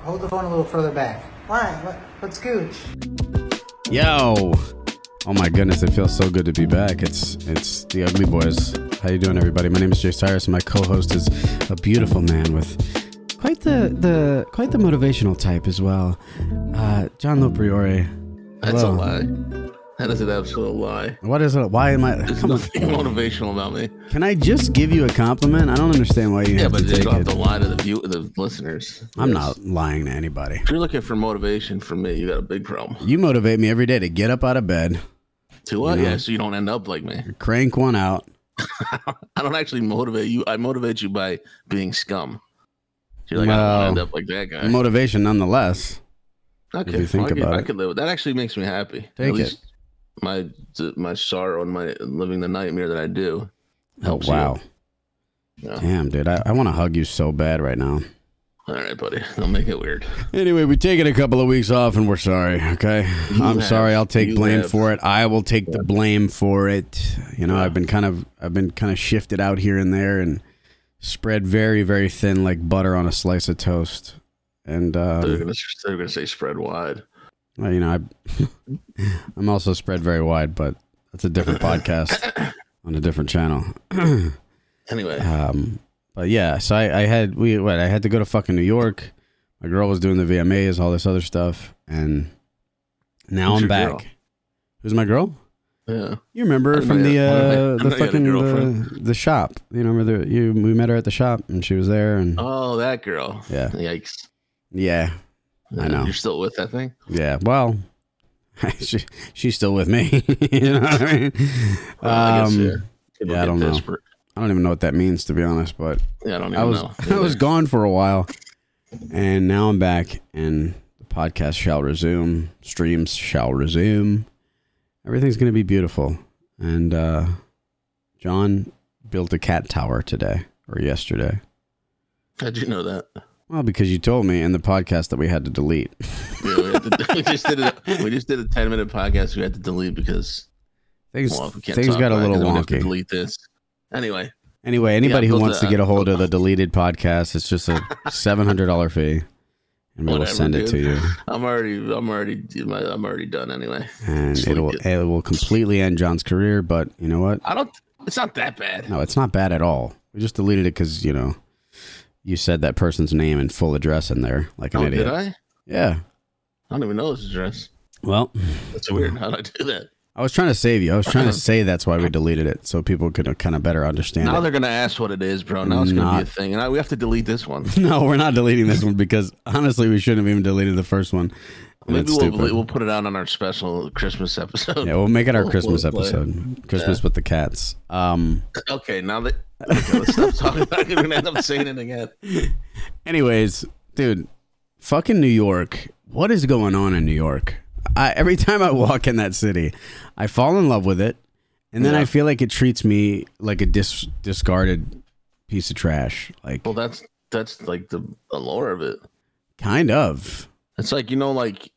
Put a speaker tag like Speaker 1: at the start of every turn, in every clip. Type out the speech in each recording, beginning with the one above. Speaker 1: Hold the phone a little further back. Why? What, what's gooch?
Speaker 2: Yo. Oh my goodness, it feels so good to be back. It's it's the Ugly Boys. How you doing, everybody? My name is Jay Cyrus, and my co-host is a beautiful man with quite the the quite the motivational type as well. Uh, John Lopriore.
Speaker 3: That's
Speaker 2: Hello.
Speaker 3: a lie. That is an absolute lie.
Speaker 2: What is it? Why am I?
Speaker 3: There's
Speaker 2: Come on.
Speaker 3: nothing motivational about me.
Speaker 2: Can I just give you a compliment? I don't understand why you
Speaker 3: Yeah,
Speaker 2: have
Speaker 3: but
Speaker 2: to
Speaker 3: you
Speaker 2: take
Speaker 3: don't have to
Speaker 2: it.
Speaker 3: lie to the view the listeners.
Speaker 2: I'm not lying to anybody.
Speaker 3: If you're looking for motivation from me, you got a big problem.
Speaker 2: You motivate me every day to get up out of bed,
Speaker 3: To what?
Speaker 2: You know?
Speaker 3: Yeah, so you don't end up like me.
Speaker 2: crank one out.
Speaker 3: I don't actually motivate you. I motivate you by being scum. You're like, I
Speaker 2: Wow.
Speaker 3: don't end up like that guy.
Speaker 2: Motivation, nonetheless.
Speaker 3: okay,
Speaker 2: if you think
Speaker 3: well, I, could,
Speaker 2: about
Speaker 3: I
Speaker 2: it.
Speaker 3: could live with that. Actually, makes me happy.
Speaker 2: Take it.
Speaker 3: my my sorrow and my living the nightmare that I do.
Speaker 2: Oh
Speaker 3: helps you.
Speaker 2: wow.
Speaker 3: Yeah.
Speaker 2: Damn, dude, I, I want to hug you so bad right now.
Speaker 3: All right, buddy. Don't make it weird.
Speaker 2: Anyway, we've taken a couple of weeks off and we're sorry, okay?
Speaker 3: You
Speaker 2: I'm
Speaker 3: have-
Speaker 2: sorry, I'll take
Speaker 3: you
Speaker 2: blame
Speaker 3: have.
Speaker 2: for it. I will take the blame for it. You know,
Speaker 3: Yeah.
Speaker 2: I've been kind of I've been kind of shifted out here and there and spread very, very thin like butter on a slice of toast. And
Speaker 3: they're
Speaker 2: um,
Speaker 3: gonna they're gonna say spread wide.
Speaker 2: well, you know, I I'm also spread very wide, but that's a different podcast on a different channel.
Speaker 3: Anyway,
Speaker 2: Um, but yeah, so I, I had we what I had to go to fucking New York. My girl was doing the VMAs, all this other stuff, and now
Speaker 3: Who's
Speaker 2: I'm
Speaker 3: your
Speaker 2: back.
Speaker 3: girl?
Speaker 2: Who's my girl?
Speaker 3: yeah.
Speaker 2: You remember
Speaker 3: I know
Speaker 2: from the
Speaker 3: you- I know
Speaker 2: uh,
Speaker 3: you- I
Speaker 2: the
Speaker 3: know you had a
Speaker 2: fucking the,
Speaker 3: girlfriend.
Speaker 2: the shop. You remember the you we met her at the shop and she was there and
Speaker 3: Oh, that girl.
Speaker 2: yeah
Speaker 3: Yikes.
Speaker 2: yeah I know.
Speaker 3: You're still with that thing?
Speaker 2: yeah. Well, she, she's still with me. you know what I mean?
Speaker 3: Well, I guess,
Speaker 2: Um,
Speaker 3: yeah. People
Speaker 2: yeah, I
Speaker 3: get
Speaker 2: don't know.
Speaker 3: desperate.
Speaker 2: I don't even know what that means to be honest, but
Speaker 3: Yeah, I don't even
Speaker 2: I was
Speaker 3: know.
Speaker 2: I was
Speaker 3: Either.
Speaker 2: gone for a while, and now I'm back, and the podcast shall resume, streams shall resume, everything's gonna be beautiful. And uh, John built a cat tower today or yesterday.
Speaker 3: How'd you know that?
Speaker 2: Well, because you told me in the podcast that we had to delete.
Speaker 3: Yeah, we, had to, we just did a we just did a ten minute podcast. We had to delete because
Speaker 2: Things
Speaker 3: well, we can't
Speaker 2: things
Speaker 3: talk
Speaker 2: got a
Speaker 3: about it
Speaker 2: little
Speaker 3: 'cause we have to
Speaker 2: wonky.
Speaker 3: delete this. Anyway,
Speaker 2: Anyway, anybody who
Speaker 3: built
Speaker 2: wants
Speaker 3: a-
Speaker 2: to get a hold of the deleted podcast, it's just a seven hundred dollar fee, and we will
Speaker 3: Whatever,
Speaker 2: send it
Speaker 3: dude.
Speaker 2: to you.
Speaker 3: I'm already I'm already I'm already done. Anyway,
Speaker 2: and
Speaker 3: Just
Speaker 2: it will
Speaker 3: leak
Speaker 2: it will completely end John's career. But you know what?
Speaker 3: I don't. It's not that bad.
Speaker 2: No, it's not bad at all. We just deleted it because you know you said that person's name and full address in there like an
Speaker 3: oh,
Speaker 2: idiot.
Speaker 3: did I? I
Speaker 2: Yeah.
Speaker 3: don't even know this address.
Speaker 2: Well,
Speaker 3: That's weird. How'd I do that?
Speaker 2: I was trying to save you. I was trying to say that's why we deleted it so people could kind of better understand
Speaker 3: Now
Speaker 2: it.
Speaker 3: they're gonna ask what it is, bro. Now it's gonna be a
Speaker 2: Not-
Speaker 3: thing, and I, we have to delete this one.
Speaker 2: No, we're not deleting this one because honestly, we shouldn't have even deleted the first one. And
Speaker 3: Maybe
Speaker 2: it's
Speaker 3: we'll,
Speaker 2: stupid.
Speaker 3: we'll put it out on our special Christmas episode.
Speaker 2: yeah, we'll make it our
Speaker 3: we'll-
Speaker 2: Christmas
Speaker 3: we'll play.
Speaker 2: episode, Christmas with the cats. Um.
Speaker 3: Okay, now that okay, let's stop talking about it. We're gonna end up saying it again.
Speaker 2: Anyways, dude, fucking New York. What is going on in New York? I, every time I walk in that city, I fall in love with it, and then
Speaker 3: Yeah.
Speaker 2: I feel like it treats me like a dis- discarded piece of trash. Like,
Speaker 3: Well, that's that's like the allure of it.
Speaker 2: kind of.
Speaker 3: It's like you know, like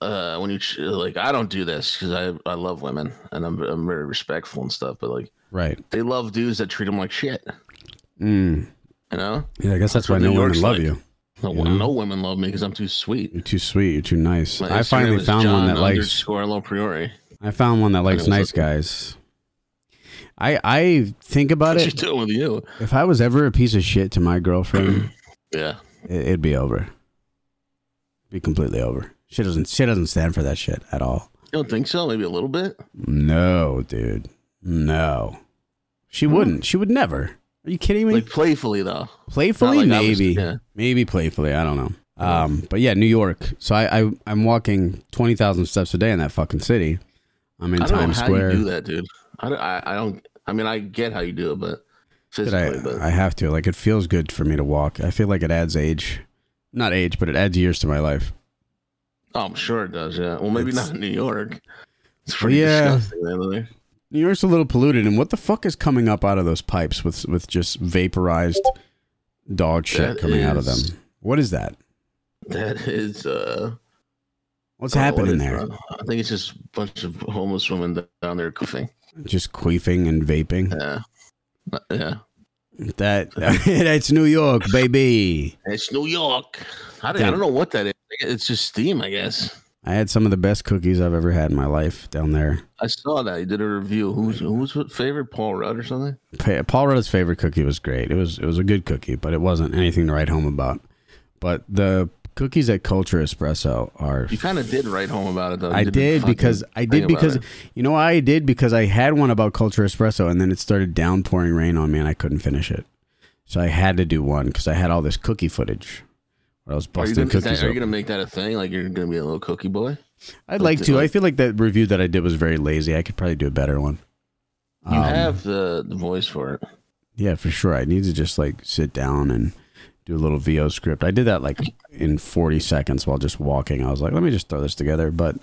Speaker 3: uh when you ch- like, I don't do this because I I love women and I'm I'm very respectful and stuff, but like
Speaker 2: Right.
Speaker 3: they love dudes that treat them like shit.
Speaker 2: Mm.
Speaker 3: You know,
Speaker 2: Yeah, I guess that's,
Speaker 3: That's
Speaker 2: why
Speaker 3: what
Speaker 2: no
Speaker 3: New
Speaker 2: women
Speaker 3: York's
Speaker 2: love
Speaker 3: like.
Speaker 2: you.
Speaker 3: no,
Speaker 2: Yeah.
Speaker 3: no women love me because I'm too sweet.
Speaker 2: You're too sweet. You're too nice.
Speaker 3: My
Speaker 2: I
Speaker 3: Instagram
Speaker 2: finally
Speaker 3: is
Speaker 2: found one
Speaker 3: John
Speaker 2: that likes
Speaker 3: underscore low priori.
Speaker 2: I found one that likes
Speaker 3: it was
Speaker 2: nice
Speaker 3: okay.
Speaker 2: guys. I I think about
Speaker 3: What's
Speaker 2: it.
Speaker 3: she doing with you?
Speaker 2: If I was ever a piece of shit to my girlfriend,
Speaker 3: Yeah,
Speaker 2: it, it'd be over. Be completely over. She doesn't. She doesn't stand for that shit at all.
Speaker 3: you don't think so? Maybe a little bit.
Speaker 2: No, dude. No, she wouldn't. She would never. Are you kidding me?
Speaker 3: Like playfully though.
Speaker 2: playfully,
Speaker 3: not like I was-
Speaker 2: maybe,
Speaker 3: yeah.
Speaker 2: maybe playfully. I don't know. Um, but yeah, New York. So I, I I'm walking twenty thousand steps a day in that fucking city. I'm in
Speaker 3: I don't
Speaker 2: Times
Speaker 3: know how
Speaker 2: Square.
Speaker 3: you do that, dude. I, don't- I, I don't. I mean, I get how you do it, but
Speaker 2: Dude,
Speaker 3: physically, but
Speaker 2: I, I have to. Like, it feels good for me to walk. I feel like it adds age, not age, but it adds years to my life.
Speaker 3: oh, I'm sure it does. Yeah. Well, maybe
Speaker 2: It's-
Speaker 3: not in New York. It's pretty
Speaker 2: Yeah.
Speaker 3: disgusting, man. isn't it?
Speaker 2: New York's a little polluted, and what the fuck is coming up out of those pipes with with just vaporized dog shit
Speaker 3: That
Speaker 2: coming out of them?
Speaker 3: is-
Speaker 2: What is that?
Speaker 3: That is. uh
Speaker 2: What's
Speaker 3: I don't know Oh, what
Speaker 2: happening
Speaker 3: it-
Speaker 2: there?
Speaker 3: I think it's just a bunch of homeless women down there coughing.
Speaker 2: Just queefing and vaping.
Speaker 3: Yeah. Yeah.
Speaker 2: That that's New York, baby.
Speaker 3: It's New York. How did, I don't know what that is. It's just steam, I guess.
Speaker 2: I had some of the best cookies I've ever had in my life down there.
Speaker 3: I saw that. You did a review. Who's who's what favorite Paul Rudd or something?
Speaker 2: Pa- Paul Rudd's favorite cookie was great. It was it was a good cookie, but it wasn't anything to write home about. But the cookies at Culture Espresso are
Speaker 3: You kind of did write home about it though. Oh, You
Speaker 2: I
Speaker 3: didn't
Speaker 2: did
Speaker 3: fucking
Speaker 2: because I
Speaker 3: think
Speaker 2: did
Speaker 3: about
Speaker 2: because
Speaker 3: it.
Speaker 2: you know I did because I had one about Culture Espresso and then it started downpouring rain on me and I couldn't finish it. So I had to do one because I had all this cookie footage where I was
Speaker 3: Are you,
Speaker 2: busting
Speaker 3: gonna, is
Speaker 2: cookies.
Speaker 3: that- are you
Speaker 2: open.
Speaker 3: gonna make that a thing? Like you're gonna be a little cookie boy?
Speaker 2: I'd like
Speaker 3: Like-
Speaker 2: to. I feel like that review that I did was very lazy. I could probably do a better one.
Speaker 3: You
Speaker 2: Um,
Speaker 3: have the, the voice for it.
Speaker 2: Yeah, for sure. I need to just like sit down and do a little VO script. I did that like in 40 seconds while just walking. I was like, let me just throw this together. But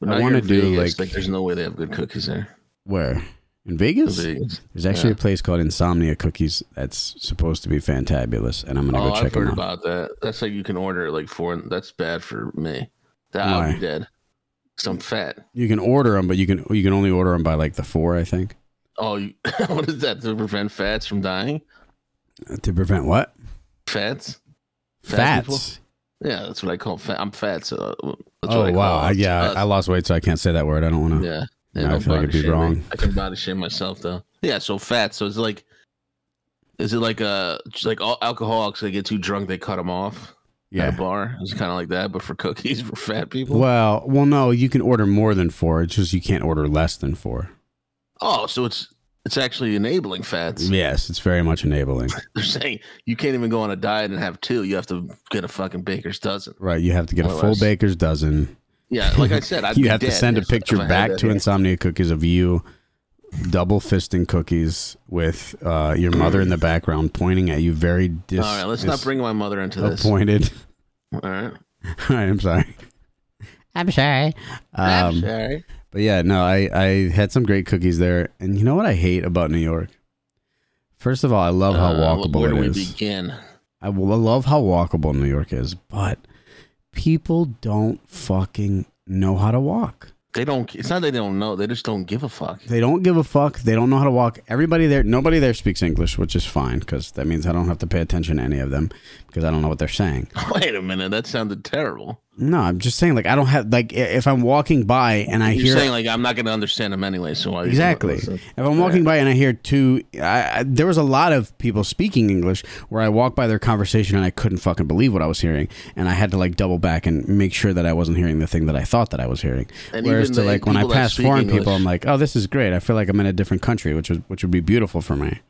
Speaker 3: But
Speaker 2: I
Speaker 3: now you're
Speaker 2: wanna
Speaker 3: in
Speaker 2: do,
Speaker 3: Vegas,
Speaker 2: like-
Speaker 3: there's no way they have good cookies there.
Speaker 2: where? In
Speaker 3: In
Speaker 2: Vegas?
Speaker 3: Vegas.
Speaker 2: There's actually
Speaker 3: Yeah.
Speaker 2: a place called Insomnia Cookies that's supposed to be fantabulous, and I'm gonna
Speaker 3: Oh,
Speaker 2: go
Speaker 3: I've
Speaker 2: check them
Speaker 3: heard
Speaker 2: out.
Speaker 3: about that. That's like you can order it like four. That's bad for me. That I'll
Speaker 2: Why?
Speaker 3: be dead. Cause I'm fat.
Speaker 2: You can order them, but you can you can only order them by like the four, I think,
Speaker 3: Oh, you, what is that to prevent fats from dying?
Speaker 2: Uh, to prevent what
Speaker 3: Fats. Fat people?
Speaker 2: fats.
Speaker 3: Yeah, that's what I call fat. I'm fat, so uh, that's what
Speaker 2: Oh
Speaker 3: I
Speaker 2: wow,
Speaker 3: call
Speaker 2: I,
Speaker 3: it.
Speaker 2: yeah,
Speaker 3: Uh,
Speaker 2: I lost weight, so I can't say that word. I don't want to.
Speaker 3: yeah.
Speaker 2: Yeah,
Speaker 3: Yeah,
Speaker 2: I
Speaker 3: no
Speaker 2: feel like it'd be
Speaker 3: body shaming.
Speaker 2: wrong.
Speaker 3: I can body shame myself though. Yeah, so fat. So it's like, is it like uh just like all alcoholics? They get too drunk, they cut them off. at a
Speaker 2: Yeah.
Speaker 3: bar. It's kind of like that, but for cookies for fat people.
Speaker 2: Well, well, no, you can order more than four. It's just you can't order less than four.
Speaker 3: Oh, so it's it's actually enabling fats.
Speaker 2: Yes, it's very much enabling.
Speaker 3: They're saying you can't even go on a diet and have two. You have to get a fucking baker's dozen.
Speaker 2: Right, you have to get a full
Speaker 3: Otherwise-
Speaker 2: baker's dozen.
Speaker 3: Yeah, like I said, I'd
Speaker 2: you
Speaker 3: be
Speaker 2: have to
Speaker 3: dead
Speaker 2: send a
Speaker 3: if- if I
Speaker 2: picture
Speaker 3: had
Speaker 2: back
Speaker 3: that
Speaker 2: to
Speaker 3: here.
Speaker 2: Insomnia Cookies of you double fisting cookies with uh, your mother in the background pointing at you very dis-
Speaker 3: All right, let's not bring my mother into this.
Speaker 2: disappointed.
Speaker 3: All right.
Speaker 2: All right, I'm sorry. I'm sorry. Um,
Speaker 3: Sorry.
Speaker 2: But yeah, no, I, I had some great cookies there. And you know what I hate about New York? First of all, I love how
Speaker 3: Uh,
Speaker 2: walkable
Speaker 3: where do
Speaker 2: it
Speaker 3: we
Speaker 2: is.
Speaker 3: begin?
Speaker 2: I w- love how walkable New York is, but people don't fucking know how to walk.
Speaker 3: They don't. It's not they don't know. They just don't give a fuck.
Speaker 2: They don't give a fuck. They don't know how to walk. Everybody there, nobody there speaks English, which is fine because that means I don't have to pay attention to any of them because I don't know what they're saying.
Speaker 3: Wait a minute. That sounded terrible.
Speaker 2: No, I'm just saying, like, I don't have, like, i- if I'm walking by and I
Speaker 3: You're
Speaker 2: hear.
Speaker 3: saying like I'm not going to understand them anyway. So why?
Speaker 2: Exactly.
Speaker 3: Listen.
Speaker 2: If I'm walking by and I hear two, I, I, there was a lot of people speaking English where I walked by their conversation and I couldn't fucking believe what I was hearing, and I had to like double back and make sure that I wasn't hearing the thing that I thought that I was hearing.
Speaker 3: And
Speaker 2: Whereas
Speaker 3: even
Speaker 2: to
Speaker 3: the
Speaker 2: like when I
Speaker 3: people that
Speaker 2: pass
Speaker 3: speak
Speaker 2: foreign
Speaker 3: English-
Speaker 2: people, I'm like, oh, this is great. I feel like I'm in a different country, which was which would be beautiful for me.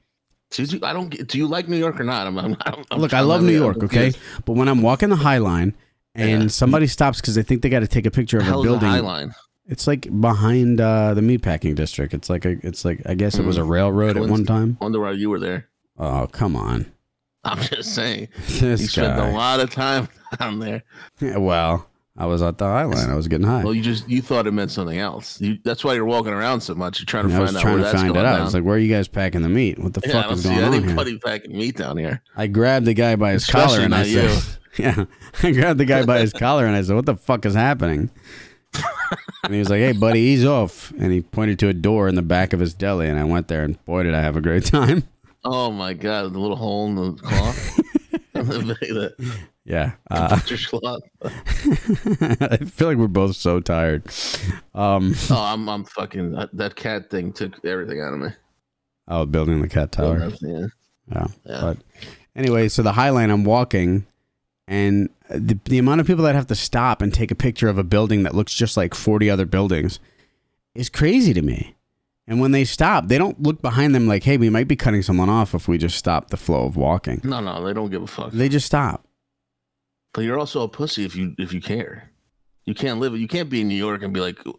Speaker 3: Did you, I don't. get- Do you like New York or not? I'm. I'm, I'm, I'm
Speaker 2: Look, I
Speaker 3: trying
Speaker 2: love
Speaker 3: to-
Speaker 2: New
Speaker 3: I'm
Speaker 2: York, okay,
Speaker 3: confused.
Speaker 2: but when I'm walking the High Line and
Speaker 3: Yeah.
Speaker 2: somebody stops because they think they got to take a picture of a
Speaker 3: Hell's a
Speaker 2: building,
Speaker 3: High Line.
Speaker 2: it's like behind uh, the meatpacking district. It's like a, it's like I guess it
Speaker 3: Mm.
Speaker 2: was a railroad at one time.
Speaker 3: Wonder why you were there.
Speaker 2: Oh come on.
Speaker 3: I'm just saying. You
Speaker 2: This
Speaker 3: spent a
Speaker 2: guy.
Speaker 3: lot of time down there.
Speaker 2: Yeah, well, I was at the High Line. I was getting high.
Speaker 3: Well, you just you thought it meant something else. You, that's why you're walking around so much. You're trying to
Speaker 2: I
Speaker 3: find
Speaker 2: was
Speaker 3: out
Speaker 2: trying
Speaker 3: where
Speaker 2: to
Speaker 3: that's
Speaker 2: find it
Speaker 3: going
Speaker 2: out.
Speaker 3: down.
Speaker 2: I was like, "Where are you guys packing the meat? What the
Speaker 3: yeah, I
Speaker 2: fuck
Speaker 3: don't
Speaker 2: is
Speaker 3: see
Speaker 2: going on here?"
Speaker 3: anybody packing meat down here.
Speaker 2: I grabbed the guy by his collar
Speaker 3: Especially
Speaker 2: and I
Speaker 3: not you.
Speaker 2: said, "Yeah." I grabbed the guy by his collar and I said, "What the fuck is happening?" and he was like, "Hey, buddy, ease off." And he pointed to a door in the back of his deli, and I went there, and boy, did I have a great time.
Speaker 3: Oh my god, the little hole in the cloth. the
Speaker 2: Yeah,
Speaker 3: the
Speaker 2: uh,
Speaker 3: butcher's cloth.
Speaker 2: I feel like we're both so tired. Um,
Speaker 3: Oh, I'm I'm fucking that- that cat thing took everything out of me.
Speaker 2: oh, building the cat tower.
Speaker 3: Yeah.
Speaker 2: Yeah.
Speaker 3: Yeah.
Speaker 2: But anyway, so the High Line, I'm walking, and the, the amount of people that have to stop and take a picture of a building that looks just like 40 other buildings is crazy to me. And when they stop, they don't look behind them like, hey, we might be cutting someone off if we just stop the flow of walking.
Speaker 3: No, no, they don't give a fuck.
Speaker 2: They just stop.
Speaker 3: But you're also a pussy if you if you care. You can't live. You can't be in New York and be like uh,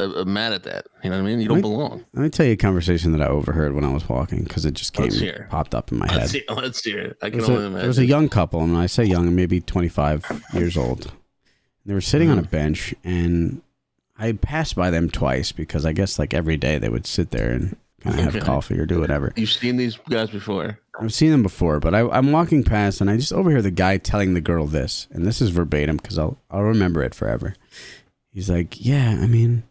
Speaker 3: uh, mad at that. You know what I mean? You don't
Speaker 2: Right.
Speaker 3: belong.
Speaker 2: Let me tell you a conversation that I overheard when I was walking because it just came,
Speaker 3: Let's hear.
Speaker 2: popped up in my head.
Speaker 3: Let's hear, let's hear it. I
Speaker 2: There
Speaker 3: can
Speaker 2: was, a,
Speaker 3: only
Speaker 2: there
Speaker 3: imagine.
Speaker 2: was a young couple, and when I say young, maybe 25 years old. They were sitting
Speaker 3: Mm.
Speaker 2: on a bench, and I passed by them twice because I guess like every day they would sit there and kind of have
Speaker 3: Okay.
Speaker 2: coffee or do whatever.
Speaker 3: You've seen these guys before.
Speaker 2: I've seen them before, but I, I'm walking past, and I just overhear the guy telling the girl this, and this is verbatim because I'll I'll remember it forever. He's like, "Yeah, I mean,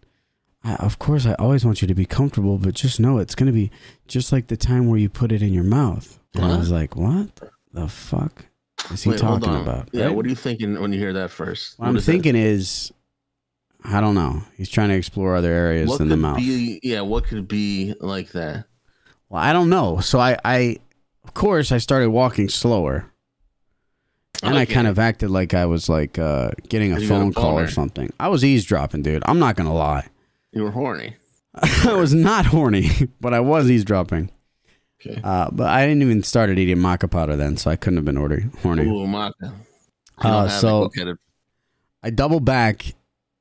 Speaker 2: I, of course, I always want you to be comfortable, but just know it's going to be just like the time where you put it in your mouth. And I
Speaker 3: Huh?
Speaker 2: was like, what the fuck is he
Speaker 3: Wait, hold
Speaker 2: talking
Speaker 3: on.
Speaker 2: about?
Speaker 3: Yeah,
Speaker 2: right?
Speaker 3: what are you thinking when you hear that first?
Speaker 2: What
Speaker 3: What
Speaker 2: I'm
Speaker 3: is that?
Speaker 2: thinking is, I don't know. He's trying to explore other areas
Speaker 3: what
Speaker 2: than the
Speaker 3: could
Speaker 2: mouth.
Speaker 3: Be, yeah, what could be like that?
Speaker 2: Well, I don't know. So I, I, of course, I started walking slower, and I
Speaker 3: Okay.
Speaker 2: kind of acted like I was like uh, getting a
Speaker 3: You got a
Speaker 2: phone call or
Speaker 3: boner.
Speaker 2: something. I was eavesdropping, dude. I'm not gonna lie.
Speaker 3: you were horny.
Speaker 2: I was not horny, but I was eavesdropping.
Speaker 3: Okay.
Speaker 2: Uh, but I didn't even started eating maca powder then, so I couldn't have been ordering horny.
Speaker 3: Ooh, maca. You don't
Speaker 2: Uh,
Speaker 3: have it.
Speaker 2: so-
Speaker 3: Look at it.
Speaker 2: I double back,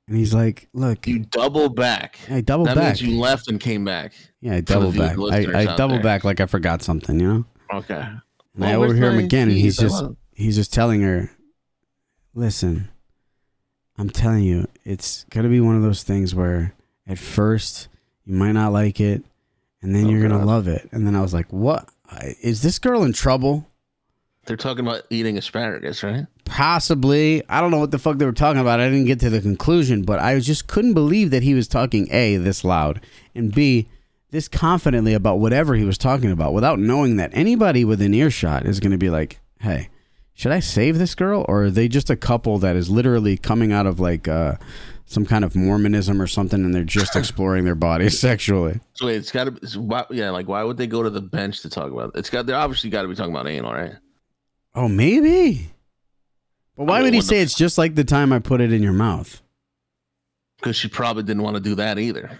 Speaker 2: and he's like, "Look,
Speaker 3: you double back.
Speaker 2: I double
Speaker 3: that
Speaker 2: back.
Speaker 3: means you left and came back.
Speaker 2: yeah, I double
Speaker 3: view-
Speaker 2: back.
Speaker 3: listeners
Speaker 2: I, I
Speaker 3: out
Speaker 2: double
Speaker 3: there.
Speaker 2: back like I forgot something, you know."
Speaker 3: Okay.
Speaker 2: And I overhear him again, and he's just he's just telling her, "Listen, I'm telling you, it's gonna be one of those things where at first you might not like it, and then
Speaker 3: Oh,
Speaker 2: you're gonna
Speaker 3: God.
Speaker 2: love it." And then I was like, "What I- is this girl in trouble?"
Speaker 3: They're talking about eating asparagus, right?
Speaker 2: Possibly. I don't know what the fuck they were talking about. I didn't get to the conclusion, but I just couldn't believe that he was talking A, this loud, and B, this confidently about whatever he was talking about without knowing that anybody within earshot is going to be like, hey, should I save this girl? Or are they just a couple that is literally coming out of like uh, some kind of Mormonism or something and they're just exploring their bodies sexually?
Speaker 3: So wait, it's got to be. so why, yeah, like why would they go to the bench to talk about? It? It's got. They're obviously got to be talking about anal, right?
Speaker 2: Oh, maybe. But why
Speaker 3: I
Speaker 2: would he
Speaker 3: wonder-
Speaker 2: say it's just like the time I put it in your mouth?
Speaker 3: Because she probably didn't want to do that either.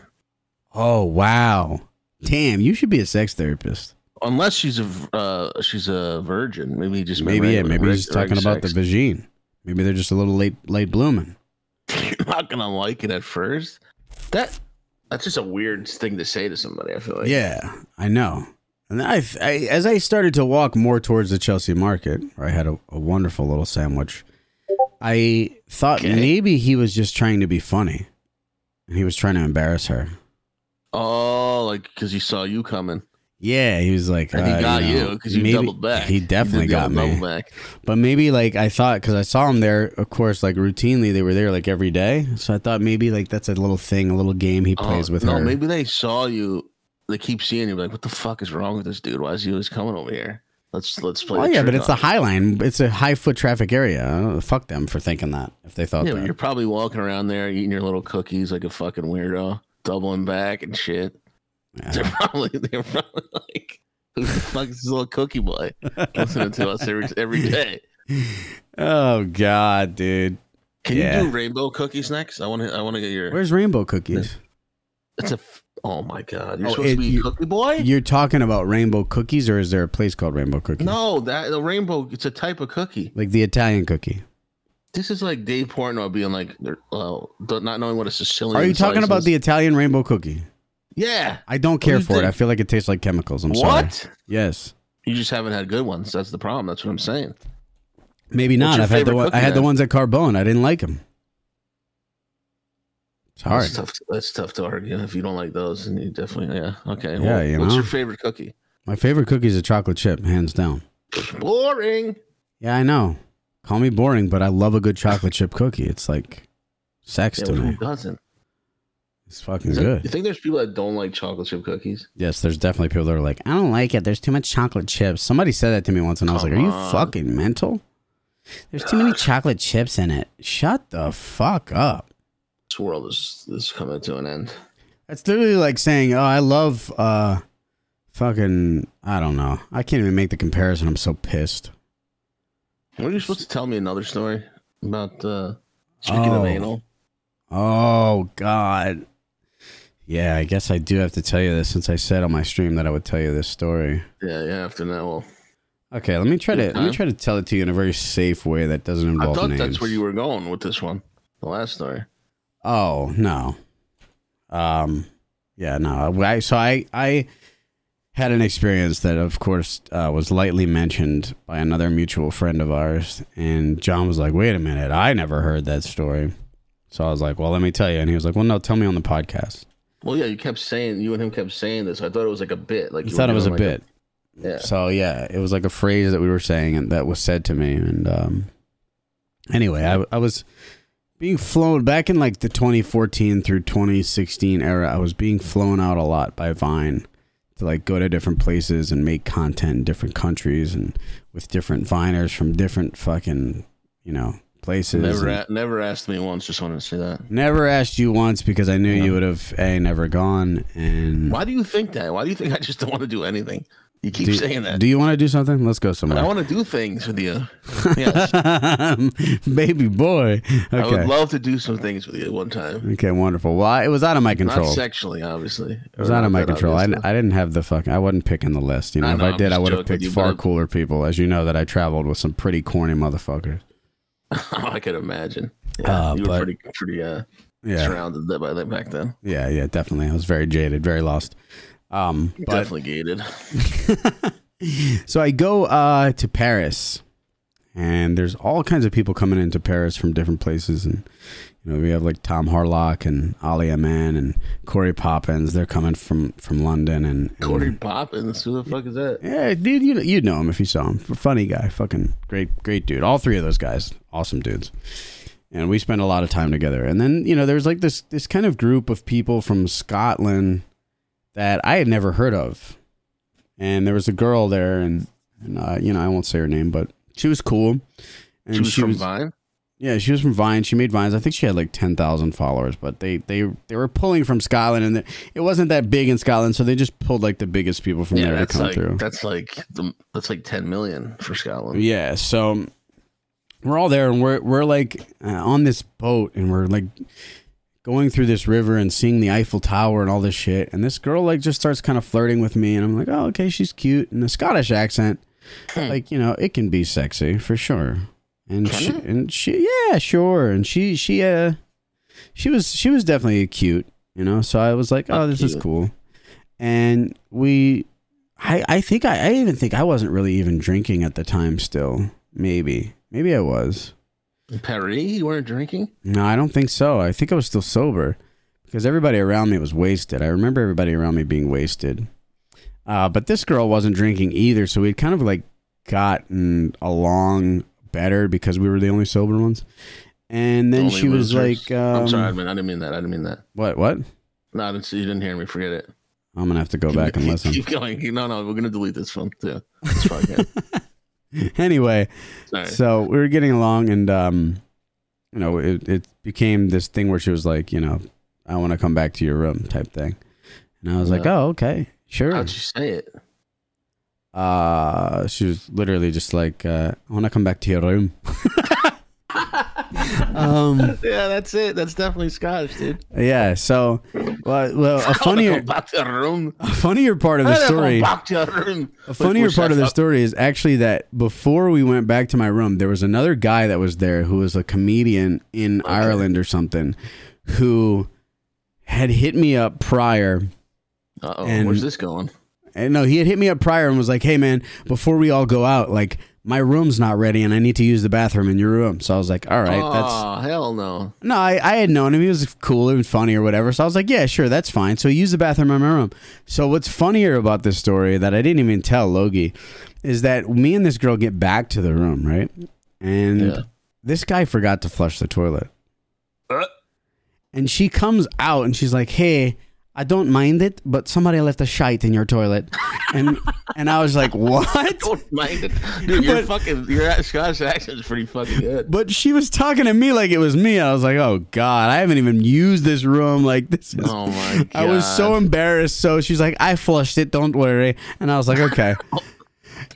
Speaker 2: Oh wow. Damn, you should be a sex therapist.
Speaker 3: Unless she's a v- uh, she's a virgin. Maybe just meant
Speaker 2: Maybe yeah,
Speaker 3: regular-
Speaker 2: maybe he's
Speaker 3: reg-
Speaker 2: talking
Speaker 3: reg
Speaker 2: about the
Speaker 3: sex.
Speaker 2: vagine. Maybe they're just a little late late blooming.
Speaker 3: You're not gonna like it at first. That that's just a weird thing to say to somebody. I feel like.
Speaker 2: yeah, I know. And I, I as I started to walk more towards the Chelsea market, where I had a, a wonderful little sandwich, I thought
Speaker 3: Okay.
Speaker 2: maybe he was just trying to be funny. And he was trying to embarrass her.
Speaker 3: Oh, like because he saw you coming
Speaker 2: Yeah, he was like,
Speaker 3: and he
Speaker 2: uh,
Speaker 3: got you
Speaker 2: know,
Speaker 3: because you,
Speaker 2: maybe-
Speaker 3: doubled back.
Speaker 2: He
Speaker 3: did
Speaker 2: definitely got
Speaker 3: double-
Speaker 2: me.
Speaker 3: double back.
Speaker 2: But maybe like I thought because I saw them there, of course, like routinely they were there like every day. So I thought maybe like that's a little thing, a little game he plays
Speaker 3: Oh,
Speaker 2: with
Speaker 3: no,
Speaker 2: her.
Speaker 3: maybe they saw you. They keep seeing you. Like, what the fuck is wrong with this dude? Why is he always coming over here? Let's let's play.
Speaker 2: oh
Speaker 3: a
Speaker 2: yeah, but
Speaker 3: trick
Speaker 2: it's the
Speaker 3: on him."
Speaker 2: High Line. It's a high foot traffic area. I don't- Fuck them for thinking that if they thought
Speaker 3: Yeah, but
Speaker 2: that.
Speaker 3: you're probably walking around there eating your little cookies like a fucking weirdo, doubling back and shit. They're
Speaker 2: Yeah.
Speaker 3: probably they're probably like, who the fuck is this little cookie boy listening to us every every day?
Speaker 2: Oh god, dude,
Speaker 3: Can
Speaker 2: Yeah.
Speaker 3: you do rainbow cookies next? I want to I want to get your.
Speaker 2: where's Rainbow Cookies?
Speaker 3: it's a f- oh my god! You're
Speaker 2: Oh,
Speaker 3: supposed
Speaker 2: it-
Speaker 3: to be
Speaker 2: you-
Speaker 3: cookie boy.
Speaker 2: You're talking about Rainbow Cookies, or is there a place called Rainbow Cookies?
Speaker 3: no, that the rainbow. It's a type of cookie.
Speaker 2: like the Italian cookie.
Speaker 3: This is like Dave Portnoy being like, they're- well, th- not knowing what a Sicilian.
Speaker 2: Are you talking
Speaker 3: slice
Speaker 2: about
Speaker 3: is.
Speaker 2: the Italian Rainbow Cookie?
Speaker 3: Yeah.
Speaker 2: I don't
Speaker 3: do
Speaker 2: care
Speaker 3: you
Speaker 2: for it.
Speaker 3: think?
Speaker 2: I feel like it tastes like chemicals. I'm sorry.
Speaker 3: what?
Speaker 2: Yes.
Speaker 3: You just haven't had good ones. That's the problem. That's what I'm saying.
Speaker 2: Maybe
Speaker 3: What's
Speaker 2: not.
Speaker 3: your
Speaker 2: I've had the
Speaker 3: favorite
Speaker 2: one, I
Speaker 3: cookie
Speaker 2: had the
Speaker 3: then?
Speaker 2: ones at Carbone. I didn't like them. Sorry.
Speaker 3: That's tough. That's tough to argue if you don't like those. And you definitely, yeah,
Speaker 2: Yeah,
Speaker 3: okay. well,
Speaker 2: you
Speaker 3: what's
Speaker 2: know.
Speaker 3: your favorite cookie?
Speaker 2: My favorite cookie is a chocolate chip, hands down.
Speaker 3: Boring.
Speaker 2: Yeah, I know. Call me boring, but I love a good chocolate chip cookie. It's like sex
Speaker 3: Yeah,
Speaker 2: to
Speaker 3: well, who
Speaker 2: me.
Speaker 3: doesn't?
Speaker 2: It's fucking
Speaker 3: Is that-
Speaker 2: good.
Speaker 3: You think there's people that don't like chocolate chip cookies?
Speaker 2: Yes, there's definitely people that are like, I don't like it. There's too much chocolate chips. Somebody said that to me once, and I was like, Are
Speaker 3: Come
Speaker 2: you
Speaker 3: on.
Speaker 2: fucking mental? There's too many chocolate chips in it. Shut the fuck up.
Speaker 3: This world is is coming to an end.
Speaker 2: That's literally like saying, "Oh, I love uh, fucking I don't know. I can't even make the comparison. I'm so pissed."
Speaker 3: Were you supposed to tell me another story about uh, speaking
Speaker 2: Oh.
Speaker 3: of anal?
Speaker 2: Oh God. Yeah, I guess I do have to tell you this since I said on my stream that I would tell you this story.
Speaker 3: Yeah, yeah. After that, well,
Speaker 2: Okay, let me try to let me
Speaker 3: Okay.
Speaker 2: try to tell it to you in a very safe way that doesn't
Speaker 3: Uh-huh. I
Speaker 2: involve
Speaker 3: thought
Speaker 2: names.
Speaker 3: that's where you were going with this one, the last story.
Speaker 2: Oh no. Um. Yeah. No. I so I I had an experience that, of course, uh, was lightly mentioned by another mutual friend of ours, and John was like, "Wait a minute, I never heard that story." So I was like, "Well, let me tell you," and he was like, "Well, no, tell me on the podcast."
Speaker 3: Well, yeah, you kept saying you and him kept saying this. I thought it was like a bit. Like
Speaker 2: You
Speaker 3: were
Speaker 2: thought it was a
Speaker 3: doing, like,
Speaker 2: bit.
Speaker 3: yeah.
Speaker 2: So yeah, it was like a phrase that we were saying and that was said to me. And um, anyway, I, I was Being flown back in like the 2014 through 2016 era, I was being flown out a lot by Vine to like go to different places and make content in different countries and with different Viners from different fucking, you know, places.
Speaker 3: Never,
Speaker 2: And
Speaker 3: a- never asked me once. Just wanted to say that.
Speaker 2: never asked you once because I knew you would have A, never gone. And
Speaker 3: Why do you think that? Why do you think I just don't want to do anything? You keep
Speaker 2: do,
Speaker 3: saying that.
Speaker 2: Do you want to do something? Let's go
Speaker 3: I
Speaker 2: somewhere.
Speaker 3: want to do things with you. Yes,
Speaker 2: Baby boy. Okay.
Speaker 3: I would love to do some things with you one time.
Speaker 2: okay, wonderful. Well, I, it was out of my control.
Speaker 3: Not sexually, obviously.
Speaker 2: It was out of my control. I, I didn't have the fucking. I wasn't picking the list. You know,
Speaker 3: I
Speaker 2: if
Speaker 3: know,
Speaker 2: I
Speaker 3: I'm
Speaker 2: did, I
Speaker 3: just
Speaker 2: would have
Speaker 3: joking with
Speaker 2: picked
Speaker 3: you,
Speaker 2: far
Speaker 3: bud.
Speaker 2: cooler people. As you know, that I traveled with some pretty corny motherfuckers.
Speaker 3: Oh, I could imagine.
Speaker 2: Uh,
Speaker 3: Yeah, you were
Speaker 2: but-
Speaker 3: pretty, pretty uh,
Speaker 2: Yeah,
Speaker 3: surrounded by that back then.
Speaker 2: yeah, yeah. Definitely, I was very jaded, very lost. Um, but
Speaker 3: Definitely gated.
Speaker 2: so I go uh to Paris, and there's all kinds of people coming into Paris from different places, and you know we have like Tom Harlock and Ali Aman and Corey Poppins. They're coming from from London and, and
Speaker 3: Corey Poppins. Who the fuck is that?
Speaker 2: Yeah, dude, you you'd know him if you saw him. Funny guy, fucking great, great dude. All three of those guys, awesome dudes. And we spent a lot of time together. And then you know, there's like this this kind of group of people from Scotland that I had never heard of. And there was a girl there, and and uh, you know, I won't say her name, but she was cool. And
Speaker 3: She was from Vine.
Speaker 2: yeah, she was from Vine. She made Vines. I think she had like ten thousand followers, but they they they were pulling from Scotland, and it wasn't that big in Scotland, so they just pulled like the biggest people from
Speaker 3: Yeah,
Speaker 2: there to
Speaker 3: that's
Speaker 2: come
Speaker 3: like
Speaker 2: through.
Speaker 3: that's like the, that's like ten million for Scotland.
Speaker 2: Yeah, so we're all there, and we're we're like uh, on this boat, and we're like going through this river and seeing the Eiffel Tower and all this shit. And this girl like just starts kind of flirting with me, and I'm like, oh, okay, she's cute, and the Scottish accent, like you know, it can be sexy for sure. And she, and she, yeah, sure. And she, she, uh, she was, she was definitely cute, you know. So I was like, oh, this is
Speaker 3: Cute.
Speaker 2: cool. And we I, I think I, I even think I wasn't really even drinking at the time still. Maybe. Maybe I was.
Speaker 3: Paris, you weren't drinking.
Speaker 2: No, I don't think so. I think I was still sober because everybody around me was wasted. I remember everybody around me being wasted. Uh, but this girl wasn't drinking either, so we'd kind of like gotten along better because we were the only sober ones. And then
Speaker 3: Only
Speaker 2: she was
Speaker 3: losers.
Speaker 2: like, um,
Speaker 3: "I'm sorry, man. I didn't mean that. I didn't mean that.
Speaker 2: What? What?
Speaker 3: No, I didn't see. You didn't hear me. Forget it.
Speaker 2: I'm gonna have to go back and listen.
Speaker 3: Keep going. No, no, we're gonna delete this one too. This podcast.
Speaker 2: anyway,
Speaker 3: Sorry.
Speaker 2: So we were getting along, and um, you know, it it became this thing where she was like, you know, I want to come back to your room type thing, and I was like,
Speaker 3: Yeah.
Speaker 2: oh, okay, sure.
Speaker 3: How'd you say it?
Speaker 2: Uh, she was literally just like, uh, I want to come back to your room. um,
Speaker 3: Yeah, that's it. That's definitely Scottish, dude.
Speaker 2: yeah. So, well, well a funnier,
Speaker 3: back to your room.
Speaker 2: a funnier part of the story.
Speaker 3: Back to your room.
Speaker 2: A funnier part of the story is actually that before we went back to my room, there was another guy that was there who was a comedian in Ireland or something who had hit me up prior.
Speaker 3: Uh oh,
Speaker 2: and-
Speaker 3: where's this going?
Speaker 2: And no, he had hit me up prior and was like, hey, man, before we all go out, like, my room's not ready and I need to use the bathroom in your room. So I was like, all right,
Speaker 3: oh,
Speaker 2: that's
Speaker 3: hell no.
Speaker 2: no, I, I had known him. He was cool and funny or whatever. So I was like, yeah, sure, that's fine. So he used the bathroom in my room. So what's funnier about this story that I didn't even tell Logie is that me and this girl get back to the room, right? And
Speaker 3: Yeah.
Speaker 2: this guy forgot to flush the toilet.
Speaker 3: Uh,
Speaker 2: And she comes out and she's like, hey, I don't mind it, but somebody left a shite in your toilet. and and I was like, what?
Speaker 3: don't mind it. Dude, your
Speaker 2: But-
Speaker 3: fucking your Scottish accent's pretty fucking good.
Speaker 2: But she was talking to me like it was me. I was like, oh, God, I haven't even used this room. Like, this is.
Speaker 3: Oh my god.
Speaker 2: I was so embarrassed. So she's like, I flushed it. Don't worry. And I was like, okay.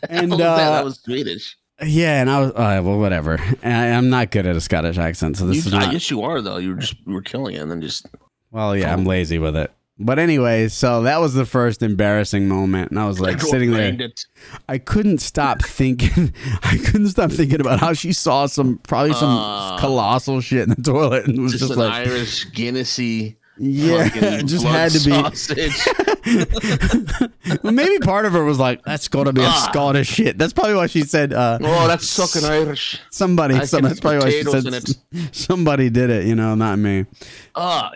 Speaker 2: and uh,
Speaker 3: What was Oh, that? that was Swedish.
Speaker 2: yeah, and I was, uh, well, whatever. And I, I'm not good at a Scottish accent. So this
Speaker 3: You,
Speaker 2: is not.
Speaker 3: I guess you are though. You were just you were killing it and then just
Speaker 2: well, yeah, I'm lazy with it. But anyway, so that was the first embarrassing moment. And I was like sitting there.
Speaker 3: Mind it.
Speaker 2: I couldn't stop thinking. I couldn't stop thinking about how she saw some, probably some
Speaker 3: Uh,
Speaker 2: colossal shit in the toilet and was
Speaker 3: Just,
Speaker 2: just,
Speaker 3: an
Speaker 2: like,
Speaker 3: Irish Guinnessy.
Speaker 2: yeah,
Speaker 3: fucking
Speaker 2: it just
Speaker 3: blood
Speaker 2: had to be.
Speaker 3: sausage.
Speaker 2: Well, maybe part of her was like, that's got to be a
Speaker 3: Ah.
Speaker 2: Scottish shit. That's probably why she said, uh,
Speaker 3: oh, that's sucking Irish.
Speaker 2: somebody,
Speaker 3: I
Speaker 2: some,
Speaker 3: can
Speaker 2: that's probably why she
Speaker 3: potatoes
Speaker 2: said
Speaker 3: in
Speaker 2: somebody did it, you know, not me.
Speaker 3: Ah,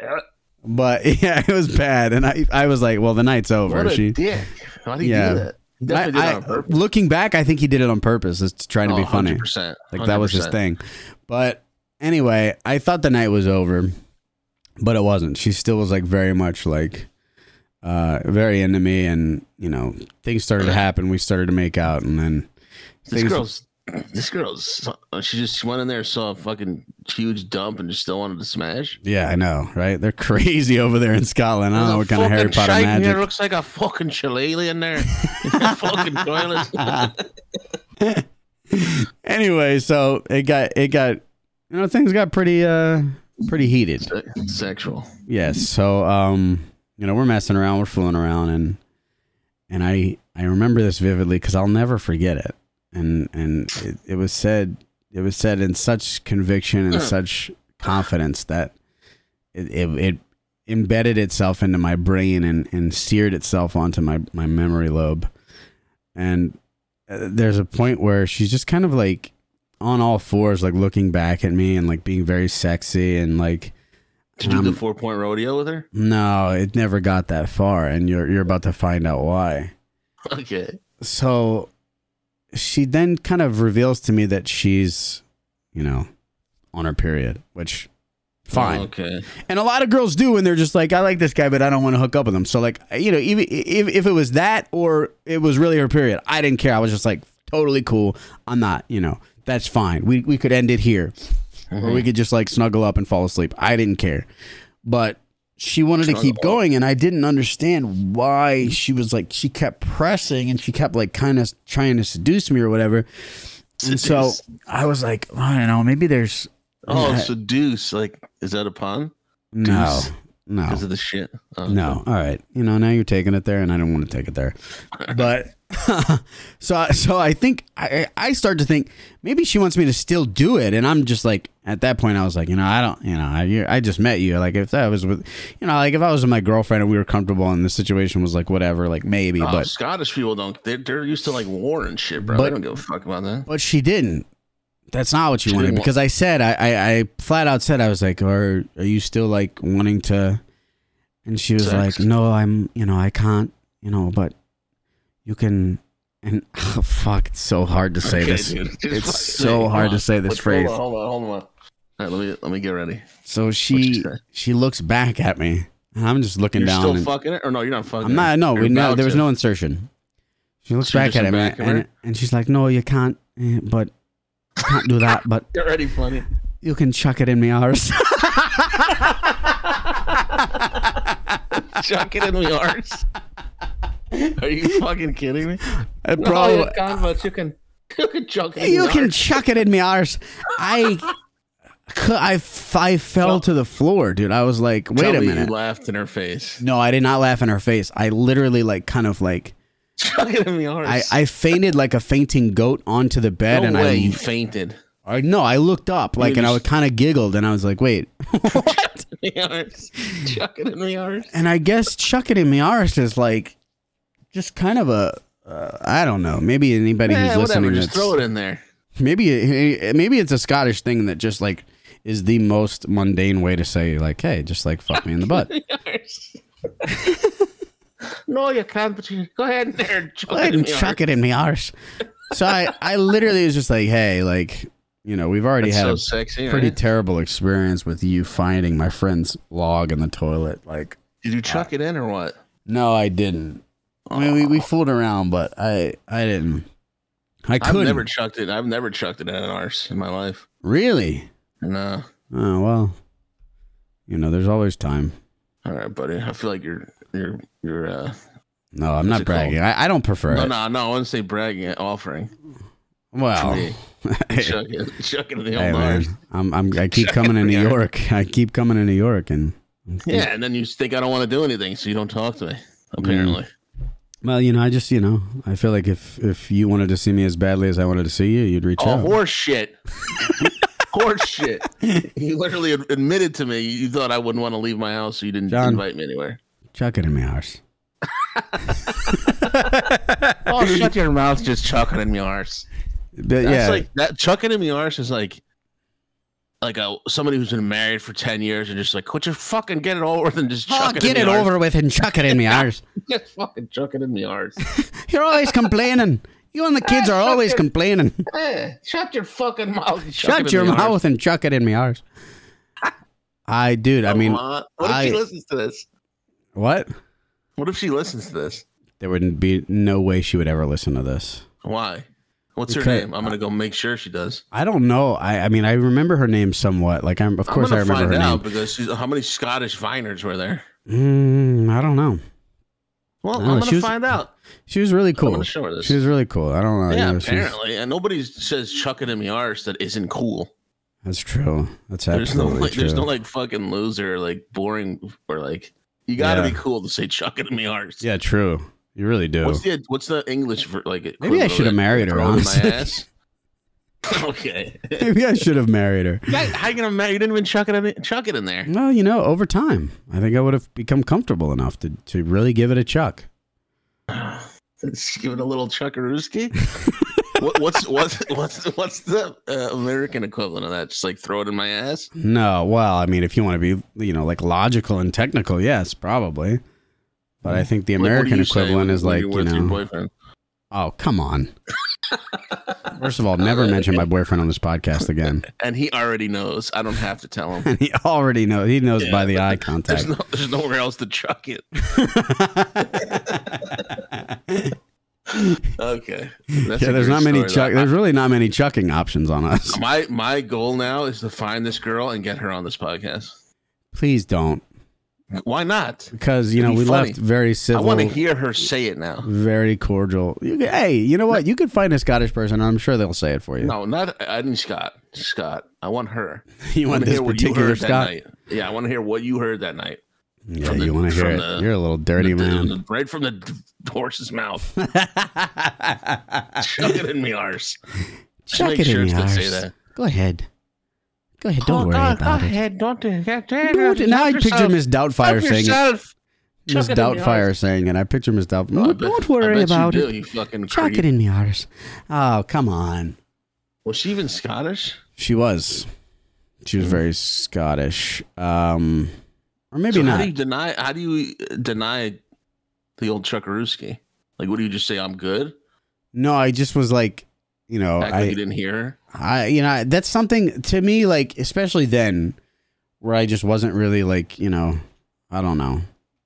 Speaker 2: But yeah, it was bad, and I, I was like, well, the night's over.
Speaker 3: what a
Speaker 2: she,
Speaker 3: dick. How do you
Speaker 2: Yeah.
Speaker 3: do that? He
Speaker 2: I,
Speaker 3: Definitely did it
Speaker 2: I-
Speaker 3: on purpose.
Speaker 2: looking back, I think he did it on purpose. It's trying to be
Speaker 3: Oh,
Speaker 2: funny.
Speaker 3: 100%,
Speaker 2: Like that was his
Speaker 3: 100%.
Speaker 2: thing. But Anyway, I thought the night was over, but it wasn't. She still was like very much like uh very into me and you know, things started to happen. We started to make out and then
Speaker 3: This
Speaker 2: things
Speaker 3: girl's, this girl's, she just went in there, saw a fucking huge dump, and just still wanted to smash.
Speaker 2: Yeah, I know, right? They're crazy over there in Scotland. I don't know what
Speaker 3: There's a
Speaker 2: kind of Oh, Harry
Speaker 3: fucking
Speaker 2: Potter
Speaker 3: shite in
Speaker 2: magic.
Speaker 3: Here looks like a fucking shillelagh in there. fucking toilet.
Speaker 2: anyway, so it got it got you know things got pretty uh pretty heated.
Speaker 3: Se- Sexual.
Speaker 2: Yes. So um you know we're messing around, we're fooling around, and and I I remember this vividly because I'll never forget it. And and it, it was said it was said in such conviction and such confidence that it it, it embedded itself into my brain and, and seared itself onto my, my memory lobe. And uh, there's a point where she's just kind of like on all fours, like looking back at me and like being very sexy and like
Speaker 3: To do the
Speaker 2: Um,
Speaker 3: four point rodeo with her?
Speaker 2: no, it never got that far, and you're you're about to find out why.
Speaker 3: Okay.
Speaker 2: So she then kind of reveals to me that she's, you know, on her period, which fine.
Speaker 3: Okay.
Speaker 2: And a lot of girls do, and they're just like, I like this guy, but I don't want to hook up with him. So like, you know, even if if it was that or it was really her period, I didn't care. I was just like, totally cool. I'm not, you know, that's fine. We we could end it here, or we could just like snuggle up and fall asleep. I didn't care, but she wanted to keep going, and I didn't understand why she was like, she kept pressing and she kept like kind of trying to seduce me or whatever. And so
Speaker 3: Seduce.
Speaker 2: I was like, I don't know, maybe there's
Speaker 3: Oh, seduce. Like, is that a pun?
Speaker 2: Oh. no,
Speaker 3: Deuce.
Speaker 2: no.
Speaker 3: Because of the shit. Oh,
Speaker 2: No, all right. You know, now you're taking it there, and I don't want to take it there. But so, I- so I think I, I start to think maybe she wants me to still do it, and I'm just like at that point I was like, you know, I don't, you know, I, you- I just met you. Like if that was with, you know, like if I was with my girlfriend and we were comfortable and the situation was like whatever, like maybe,
Speaker 3: Oh,
Speaker 2: but
Speaker 3: Scottish people don't. They're, they're used to like war and shit, bro.
Speaker 2: But-
Speaker 3: they don't give a fuck about that.
Speaker 2: But she didn't. That's not what she,
Speaker 3: She
Speaker 2: wanted
Speaker 3: didn't wa-
Speaker 2: because I said I, I I flat out said I was like, "Are are you still like wanting to?" And she was
Speaker 3: Sex.
Speaker 2: like, "No, I'm. You know, I can't. You know, but you can." And oh, fuck, it's so hard to say
Speaker 3: Okay,
Speaker 2: this.
Speaker 3: dude. Just
Speaker 2: It's
Speaker 3: fucking say
Speaker 2: so
Speaker 3: it.
Speaker 2: hard to
Speaker 3: Hold
Speaker 2: say
Speaker 3: on.
Speaker 2: this
Speaker 3: Let's-
Speaker 2: phrase.
Speaker 3: Hold on, hold on, hold on. All right, let me let me get ready.
Speaker 2: So
Speaker 3: she
Speaker 2: she
Speaker 3: say?
Speaker 2: she looks back at me, and I'm just looking
Speaker 3: You're
Speaker 2: down.
Speaker 3: still
Speaker 2: and-
Speaker 3: fucking it, or no? You're not fucking.
Speaker 2: I'm not. No,
Speaker 3: You're
Speaker 2: we no.
Speaker 3: about
Speaker 2: There was
Speaker 3: to.
Speaker 2: no insertion. She looks
Speaker 3: She
Speaker 2: back
Speaker 3: just
Speaker 2: at him,
Speaker 3: back at her?
Speaker 2: and, and she's like, "No, you can't. eh, But you can't do that. But
Speaker 3: You're already funny.
Speaker 2: you can chuck it in my arse."
Speaker 3: Chuck it in the arse. Are you fucking kidding me?
Speaker 2: Uh,
Speaker 3: No,
Speaker 2: bro,
Speaker 3: you can't, but you can. You can chuck it. in
Speaker 2: you
Speaker 3: the
Speaker 2: can
Speaker 3: arse.
Speaker 2: chuck it in me arse. I, cou- I, f- I fell
Speaker 3: Well-
Speaker 2: to the floor, dude. I was like, wait
Speaker 3: Tell
Speaker 2: a
Speaker 3: me
Speaker 2: minute.
Speaker 3: You laughed in her face.
Speaker 2: no, I did not laugh in her face. I literally like kind of like
Speaker 3: Chuck it in the arse.
Speaker 2: I, I fainted like a fainting goat onto the bed,
Speaker 3: no
Speaker 2: and
Speaker 3: way
Speaker 2: I,
Speaker 3: you fainted.
Speaker 2: I no, I looked up like,
Speaker 3: You
Speaker 2: and I
Speaker 3: just-
Speaker 2: kind of giggled, and I was like, wait, what?
Speaker 3: In the arse. Chuck it in the arse.
Speaker 2: and I guess chuck it in me arse is like just kind of a. Uh, I don't know. Maybe anybody
Speaker 3: Yeah,
Speaker 2: who's
Speaker 3: Eh, whatever.
Speaker 2: listening,
Speaker 3: Just
Speaker 2: that's-
Speaker 3: throw it in there.
Speaker 2: maybe it- eh, maybe it's a Scottish thing that just like is the most mundane way to say like, hey, just like fuck me in the butt.
Speaker 3: no, you can't. But you go ahead and there. Chuck
Speaker 2: Go ahead
Speaker 3: it in
Speaker 2: and
Speaker 3: the
Speaker 2: chuck it in me arse. So I I literally was just like, hey, like you know, we've already
Speaker 3: That's so
Speaker 2: had
Speaker 3: sexy.
Speaker 2: a pretty
Speaker 3: right?
Speaker 2: terrible experience with you finding my friend's log in the toilet. Like,
Speaker 3: Did you chuck it in or what?
Speaker 2: no, I didn't. I mean, we, we fooled around, but I I didn't. I
Speaker 3: I've
Speaker 2: couldn't
Speaker 3: never chucked it. I've never chucked it in an arse in my life. uh,
Speaker 2: really.
Speaker 3: No.
Speaker 2: Oh well, you know, there's always time.
Speaker 3: All right, buddy. I feel like you're you're you're. uh
Speaker 2: No, I'm
Speaker 3: What's
Speaker 2: not
Speaker 3: it called?
Speaker 2: bragging. I, I don't prefer
Speaker 3: No,
Speaker 2: it.
Speaker 3: no, no. I wouldn't say bragging. Offering.
Speaker 2: Well,
Speaker 3: me. Chuck it. Chuck it in the
Speaker 2: Oh. Hey
Speaker 3: old
Speaker 2: man,
Speaker 3: arse.
Speaker 2: I'm, I'm I keep coming to New York. I keep coming to New York, and
Speaker 3: Yeah, and then you think I don't want to do anything, so you don't talk
Speaker 2: Mm,
Speaker 3: to me. Apparently.
Speaker 2: well, you know, I just you know, I feel like if if you wanted to see me as badly as I wanted to see you, you'd reach
Speaker 3: Oh,
Speaker 2: out.
Speaker 3: horse shit. horse shit. You literally ad- admitted to me you thought I wouldn't want to leave my house, so you didn't
Speaker 2: John.
Speaker 3: invite me anywhere.
Speaker 2: Chuck it in my arse.
Speaker 3: Oh, shut your mouth! Just chucking in my arse.
Speaker 2: But
Speaker 3: That's
Speaker 2: yeah,
Speaker 3: like that chucking in my arse is like, like a somebody who's been married for ten years and just like, could you fucking get it over with and just
Speaker 2: oh,
Speaker 3: chuck
Speaker 2: get
Speaker 3: in
Speaker 2: it
Speaker 3: me arse?"
Speaker 2: over with and chuck it in my arse.
Speaker 3: Just fucking chuck it in my arse.
Speaker 2: You're always complaining. You and the kids are always complaining.
Speaker 3: Eh, shut your fucking mouth. and chuck it
Speaker 2: Shut
Speaker 3: in
Speaker 2: your
Speaker 3: the arse.
Speaker 2: mouth and chuck it in me arse. I, dude, I
Speaker 3: Come
Speaker 2: mean,
Speaker 3: on. what if
Speaker 2: I-
Speaker 3: she listens to this?
Speaker 2: what?
Speaker 3: What if she listens to this?
Speaker 2: There would be no way she would ever listen to this.
Speaker 3: Why? What's her
Speaker 2: Okay,
Speaker 3: name? I'm gonna go make sure she does.
Speaker 2: I don't know. I, I mean, I remember her name somewhat. Like, I'm of course I
Speaker 3: I'm gonna
Speaker 2: remember
Speaker 3: find
Speaker 2: her
Speaker 3: out because she's, how many Scottish viners were there?
Speaker 2: name. Mm, I don't know.
Speaker 3: Well,
Speaker 2: No,
Speaker 3: I'm
Speaker 2: she
Speaker 3: gonna
Speaker 2: was-
Speaker 3: find out.
Speaker 2: She was really
Speaker 3: I'm
Speaker 2: cool.
Speaker 3: gonna show her this.
Speaker 2: She was really cool. I don't know.
Speaker 3: yeah,
Speaker 2: you know, she was-
Speaker 3: apparently, and nobody says "chuck it in the arse" that isn't cool.
Speaker 2: that's true. That's
Speaker 3: There's no
Speaker 2: absolutely
Speaker 3: like,
Speaker 2: true.
Speaker 3: there's no like fucking loser, like boring, or like you got to
Speaker 2: Yeah.
Speaker 3: be cool to say "chuck it in the arse."
Speaker 2: yeah, true. You really do.
Speaker 3: What's the what's the English for like?
Speaker 2: Maybe I should have married her.
Speaker 3: on my
Speaker 2: Honestly.
Speaker 3: ass. okay.
Speaker 2: Maybe I should have married her.
Speaker 3: That- How you gonna marry? You didn't even chuck it in it- chuck it in there.
Speaker 2: Well, you know, over time, I think I would have become comfortable enough to, to really give it a chuck.
Speaker 3: Just give it a little chuckarooski. what, what's what's what's what's the uh, American equivalent of that? Just like throw it in my ass.
Speaker 2: No, well, I mean, if you want to be, you know, like logical and technical, yes, probably. But I think the
Speaker 3: Like, what do
Speaker 2: American
Speaker 3: you say
Speaker 2: equivalent
Speaker 3: when-
Speaker 2: is
Speaker 3: when
Speaker 2: like,
Speaker 3: you're
Speaker 2: you
Speaker 3: with your
Speaker 2: know,
Speaker 3: boyfriend.
Speaker 2: oh, come on. First of all, never mention my boyfriend on this podcast again.
Speaker 3: and he already knows. I don't have to tell him.
Speaker 2: And he already knows. He knows
Speaker 3: Yeah,
Speaker 2: by the
Speaker 3: but
Speaker 2: eye
Speaker 3: There's
Speaker 2: contact.
Speaker 3: no, there's nowhere else to chuck it. Okay. That's
Speaker 2: yeah,
Speaker 3: a
Speaker 2: there's
Speaker 3: great
Speaker 2: not many
Speaker 3: story,
Speaker 2: chuck.
Speaker 3: though.
Speaker 2: There's really not many chucking options on us.
Speaker 3: My my goal now is to find this girl and get her on this podcast.
Speaker 2: Please don't,
Speaker 3: Why not?
Speaker 2: because you know
Speaker 3: It'd be
Speaker 2: we
Speaker 3: funny.
Speaker 2: left very
Speaker 3: I
Speaker 2: civil.
Speaker 3: want to hear her say it now.
Speaker 2: Very cordial. You, could- hey, you know what? You could find a Scottish person. I'm sure they'll say it for you.
Speaker 3: No, not I didn't Scott. Scott. I want her.
Speaker 2: you
Speaker 3: I
Speaker 2: want
Speaker 3: wanna
Speaker 2: this
Speaker 3: hear what you
Speaker 2: particular
Speaker 3: heard that
Speaker 2: Scott?
Speaker 3: night. Yeah, I want to hear what you heard that night.
Speaker 2: Yeah,
Speaker 3: from the-
Speaker 2: you want to hear
Speaker 3: from
Speaker 2: it.
Speaker 3: the-
Speaker 2: You're a little dirty
Speaker 3: The-
Speaker 2: man.
Speaker 3: the- right from the d- horse's mouth. Chuck it in me arse.
Speaker 2: Chuck
Speaker 3: make
Speaker 2: it
Speaker 3: sure
Speaker 2: in the
Speaker 3: it's gonna say
Speaker 2: arse.
Speaker 3: that.
Speaker 2: Go ahead. Go ahead. Don't worry about it.
Speaker 3: Don't
Speaker 2: Dude, and now I picture Miss Doubtfire saying it. Miss
Speaker 3: Chuck it in the
Speaker 2: Doubtfire saying it. I picture Miss
Speaker 3: Oh,
Speaker 2: Doubtfire. Don't worry about it.
Speaker 3: you Do, you fucking
Speaker 2: Chuck
Speaker 3: creep.
Speaker 2: it in the arse. Oh, come on.
Speaker 3: Was she even Scottish?
Speaker 2: She was. She was very Scottish. Um, or maybe
Speaker 3: So How
Speaker 2: not.
Speaker 3: do you deny? How do you uh, deny the old Chuckarooski? Like, what do you just say? I'm good.
Speaker 2: No, I just was like, you know,
Speaker 3: Act like you
Speaker 2: Oh, I,
Speaker 3: didn't hear. her?
Speaker 2: I, you know, that's something to me, like, especially then, where I just wasn't really like, you know, I don't know,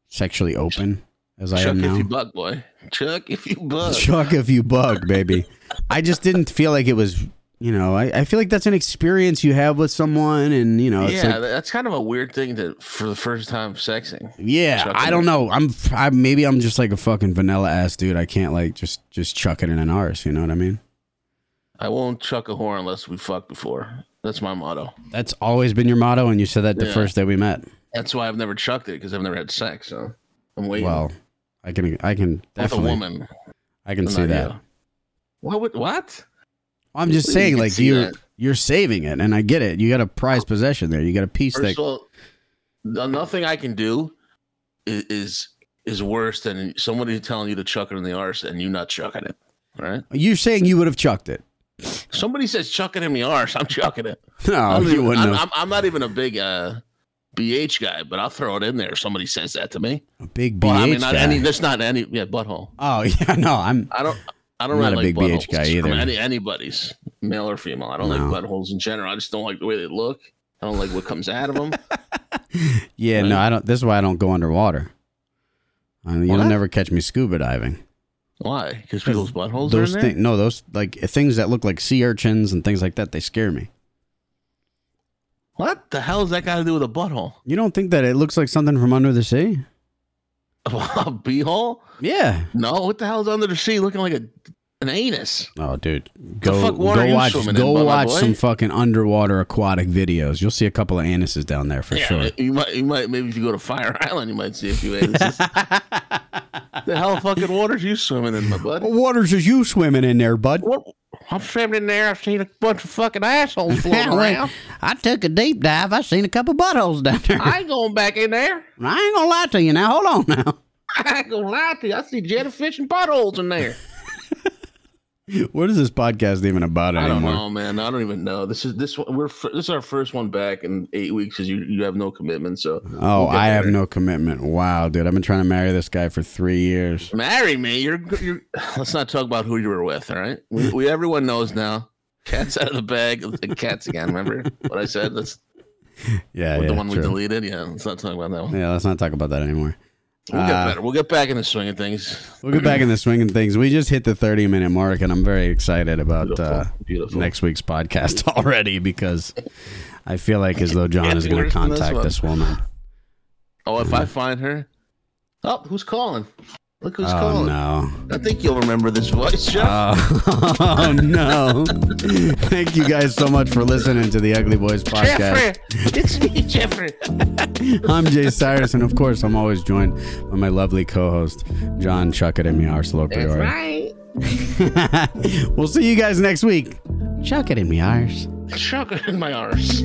Speaker 2: sexually open as I
Speaker 3: Chuck
Speaker 2: am
Speaker 3: if you
Speaker 2: now.
Speaker 3: bug, boy. Chuck if you bug.
Speaker 2: Chuck if you bug, baby. I just didn't feel like it was, you know, I, I feel like that's an experience you have with someone, and you know, Oh, it's
Speaker 3: yeah,
Speaker 2: like,
Speaker 3: that's kind of a weird thing to for the first time sexing.
Speaker 2: yeah,
Speaker 3: Chuck
Speaker 2: I
Speaker 3: it.
Speaker 2: don't know. I'm, I maybe I'm just like a fucking vanilla ass dude. I can't like just just chuck it in an arse. You know what I mean?
Speaker 3: I won't chuck a whore unless we fuck before. That's my motto.
Speaker 2: That's always been your motto, and you said that the
Speaker 3: Yeah.
Speaker 2: first day we met.
Speaker 3: That's why I've never chucked it because I've never had sex. So I'm waiting
Speaker 2: Well, I can, I can
Speaker 3: with a
Speaker 2: definitely,
Speaker 3: woman.
Speaker 2: I can
Speaker 3: Not
Speaker 2: see that.
Speaker 3: you. What? would- What?
Speaker 2: I'm just
Speaker 3: You
Speaker 2: saying,
Speaker 3: can
Speaker 2: like
Speaker 3: see
Speaker 2: you're
Speaker 3: that.
Speaker 2: you're saving it, and I get it. You got a prized possession there. You got a piece
Speaker 3: First
Speaker 2: that
Speaker 3: of all, no- nothing I can do i- is is worse than somebody telling you to chuck it in the arse and you not chucking it. Right?
Speaker 2: you're saying you would have chucked it.
Speaker 3: Somebody says chuck it in the arse, I'm chucking it.
Speaker 2: No,
Speaker 3: I'm,
Speaker 2: you wouldn't
Speaker 3: I'm,
Speaker 2: have.
Speaker 3: I'm, I'm not even a big uh, BH guy, but I'll throw it in there. if Somebody says that to me.
Speaker 2: a big BH
Speaker 3: Well, I mean, not
Speaker 2: guy.
Speaker 3: any. That's not any. Yeah, butthole.
Speaker 2: oh yeah, no, I'm.
Speaker 3: I don't. I
Speaker 2: I'm
Speaker 3: don't really
Speaker 2: not a
Speaker 3: like
Speaker 2: big BH
Speaker 3: buttholes
Speaker 2: guy
Speaker 3: from
Speaker 2: either.
Speaker 3: Any anybody's male or female. I don't
Speaker 2: No.
Speaker 3: like buttholes in general. I just don't like the way they look. I don't like what comes out of them.
Speaker 2: Yeah, no, I don't. This is why I don't go underwater. I mean, you'll
Speaker 3: What?
Speaker 2: never catch me scuba diving.
Speaker 3: Why? Because people's buttholes
Speaker 2: those
Speaker 3: are in there.
Speaker 2: things, no, those like things that look like sea urchins and things like that. They scare me.
Speaker 3: What the hell has that got to do with a butthole?
Speaker 2: You don't think that it looks like something from under the sea?
Speaker 3: A beehole?
Speaker 2: Yeah.
Speaker 3: No. What the hell is under the sea looking like a an anus?
Speaker 2: Oh, dude, go
Speaker 3: fuck water
Speaker 2: go
Speaker 3: are you
Speaker 2: watch
Speaker 3: swimming in,
Speaker 2: go
Speaker 3: my
Speaker 2: watch
Speaker 3: boy?
Speaker 2: some fucking underwater aquatic videos. You'll see a couple of anuses down there for sure.
Speaker 3: You might. You might. Maybe if you go to Fire Island, you might see a few anuses. the hell fucking waters you swimming in, my buddy?
Speaker 2: What waters is you swimming in there, bud?
Speaker 3: What? I'm swimming in there. I've seen a bunch of fucking assholes floating around.
Speaker 2: I took a deep dive. I seen a couple buttholes down there. I,
Speaker 3: I ain't going back in there.
Speaker 2: ain't gonna lie to you now. Hold on now.
Speaker 3: I ain't gonna lie to you. I see jellyfish and buttholes in there.
Speaker 2: What is this podcast even about
Speaker 3: I don't
Speaker 2: anymore?
Speaker 3: know, man. I don't even know. This is this one. We're f- this is our first one back in eight weeks because you you have no commitment. So
Speaker 2: Oh,
Speaker 3: We'll get
Speaker 2: I have
Speaker 3: there.
Speaker 2: no commitment. Wow, dude, I've been trying to marry this guy for three years.
Speaker 3: marry me. You're you're. Let's not talk about who you were with. All right. We, we everyone knows now. Cats out of the bag. The Cats again. Remember what I said? That's
Speaker 2: Yeah, yeah,
Speaker 3: the one we
Speaker 2: true.
Speaker 3: deleted. Yeah. Let's not talk about that one.
Speaker 2: yeah. Let's not talk about that anymore.
Speaker 3: We'll get
Speaker 2: Uh,
Speaker 3: better. We'll get back in the swing of things.
Speaker 2: We'll get back in the swing of things. We just hit the thirty-minute mark, and I'm very excited about
Speaker 3: Beautiful.
Speaker 2: uh,
Speaker 3: Beautiful.
Speaker 2: next week's podcast already because I feel like as though John
Speaker 3: Can't
Speaker 2: is
Speaker 3: be
Speaker 2: going to
Speaker 3: worse than this
Speaker 2: contact
Speaker 3: one.
Speaker 2: this, woman.
Speaker 3: Oh, if I find her. Oh, who's calling? Look who's
Speaker 2: Oh
Speaker 3: calling.
Speaker 2: no!
Speaker 3: I think you'll remember this voice, Jeff.
Speaker 2: Oh, oh, no! Thank you guys so much for listening to the Ugly Boys podcast.
Speaker 3: It's me, Jeffrey.
Speaker 2: I'm Jay Cyrus, and of course, I'm always joined by my lovely co-host John Chuckett and me, Arcelor Priori.
Speaker 3: right.
Speaker 2: we'll see you guys next week. Chuck it in me, Irish.
Speaker 3: Chuck in my arse.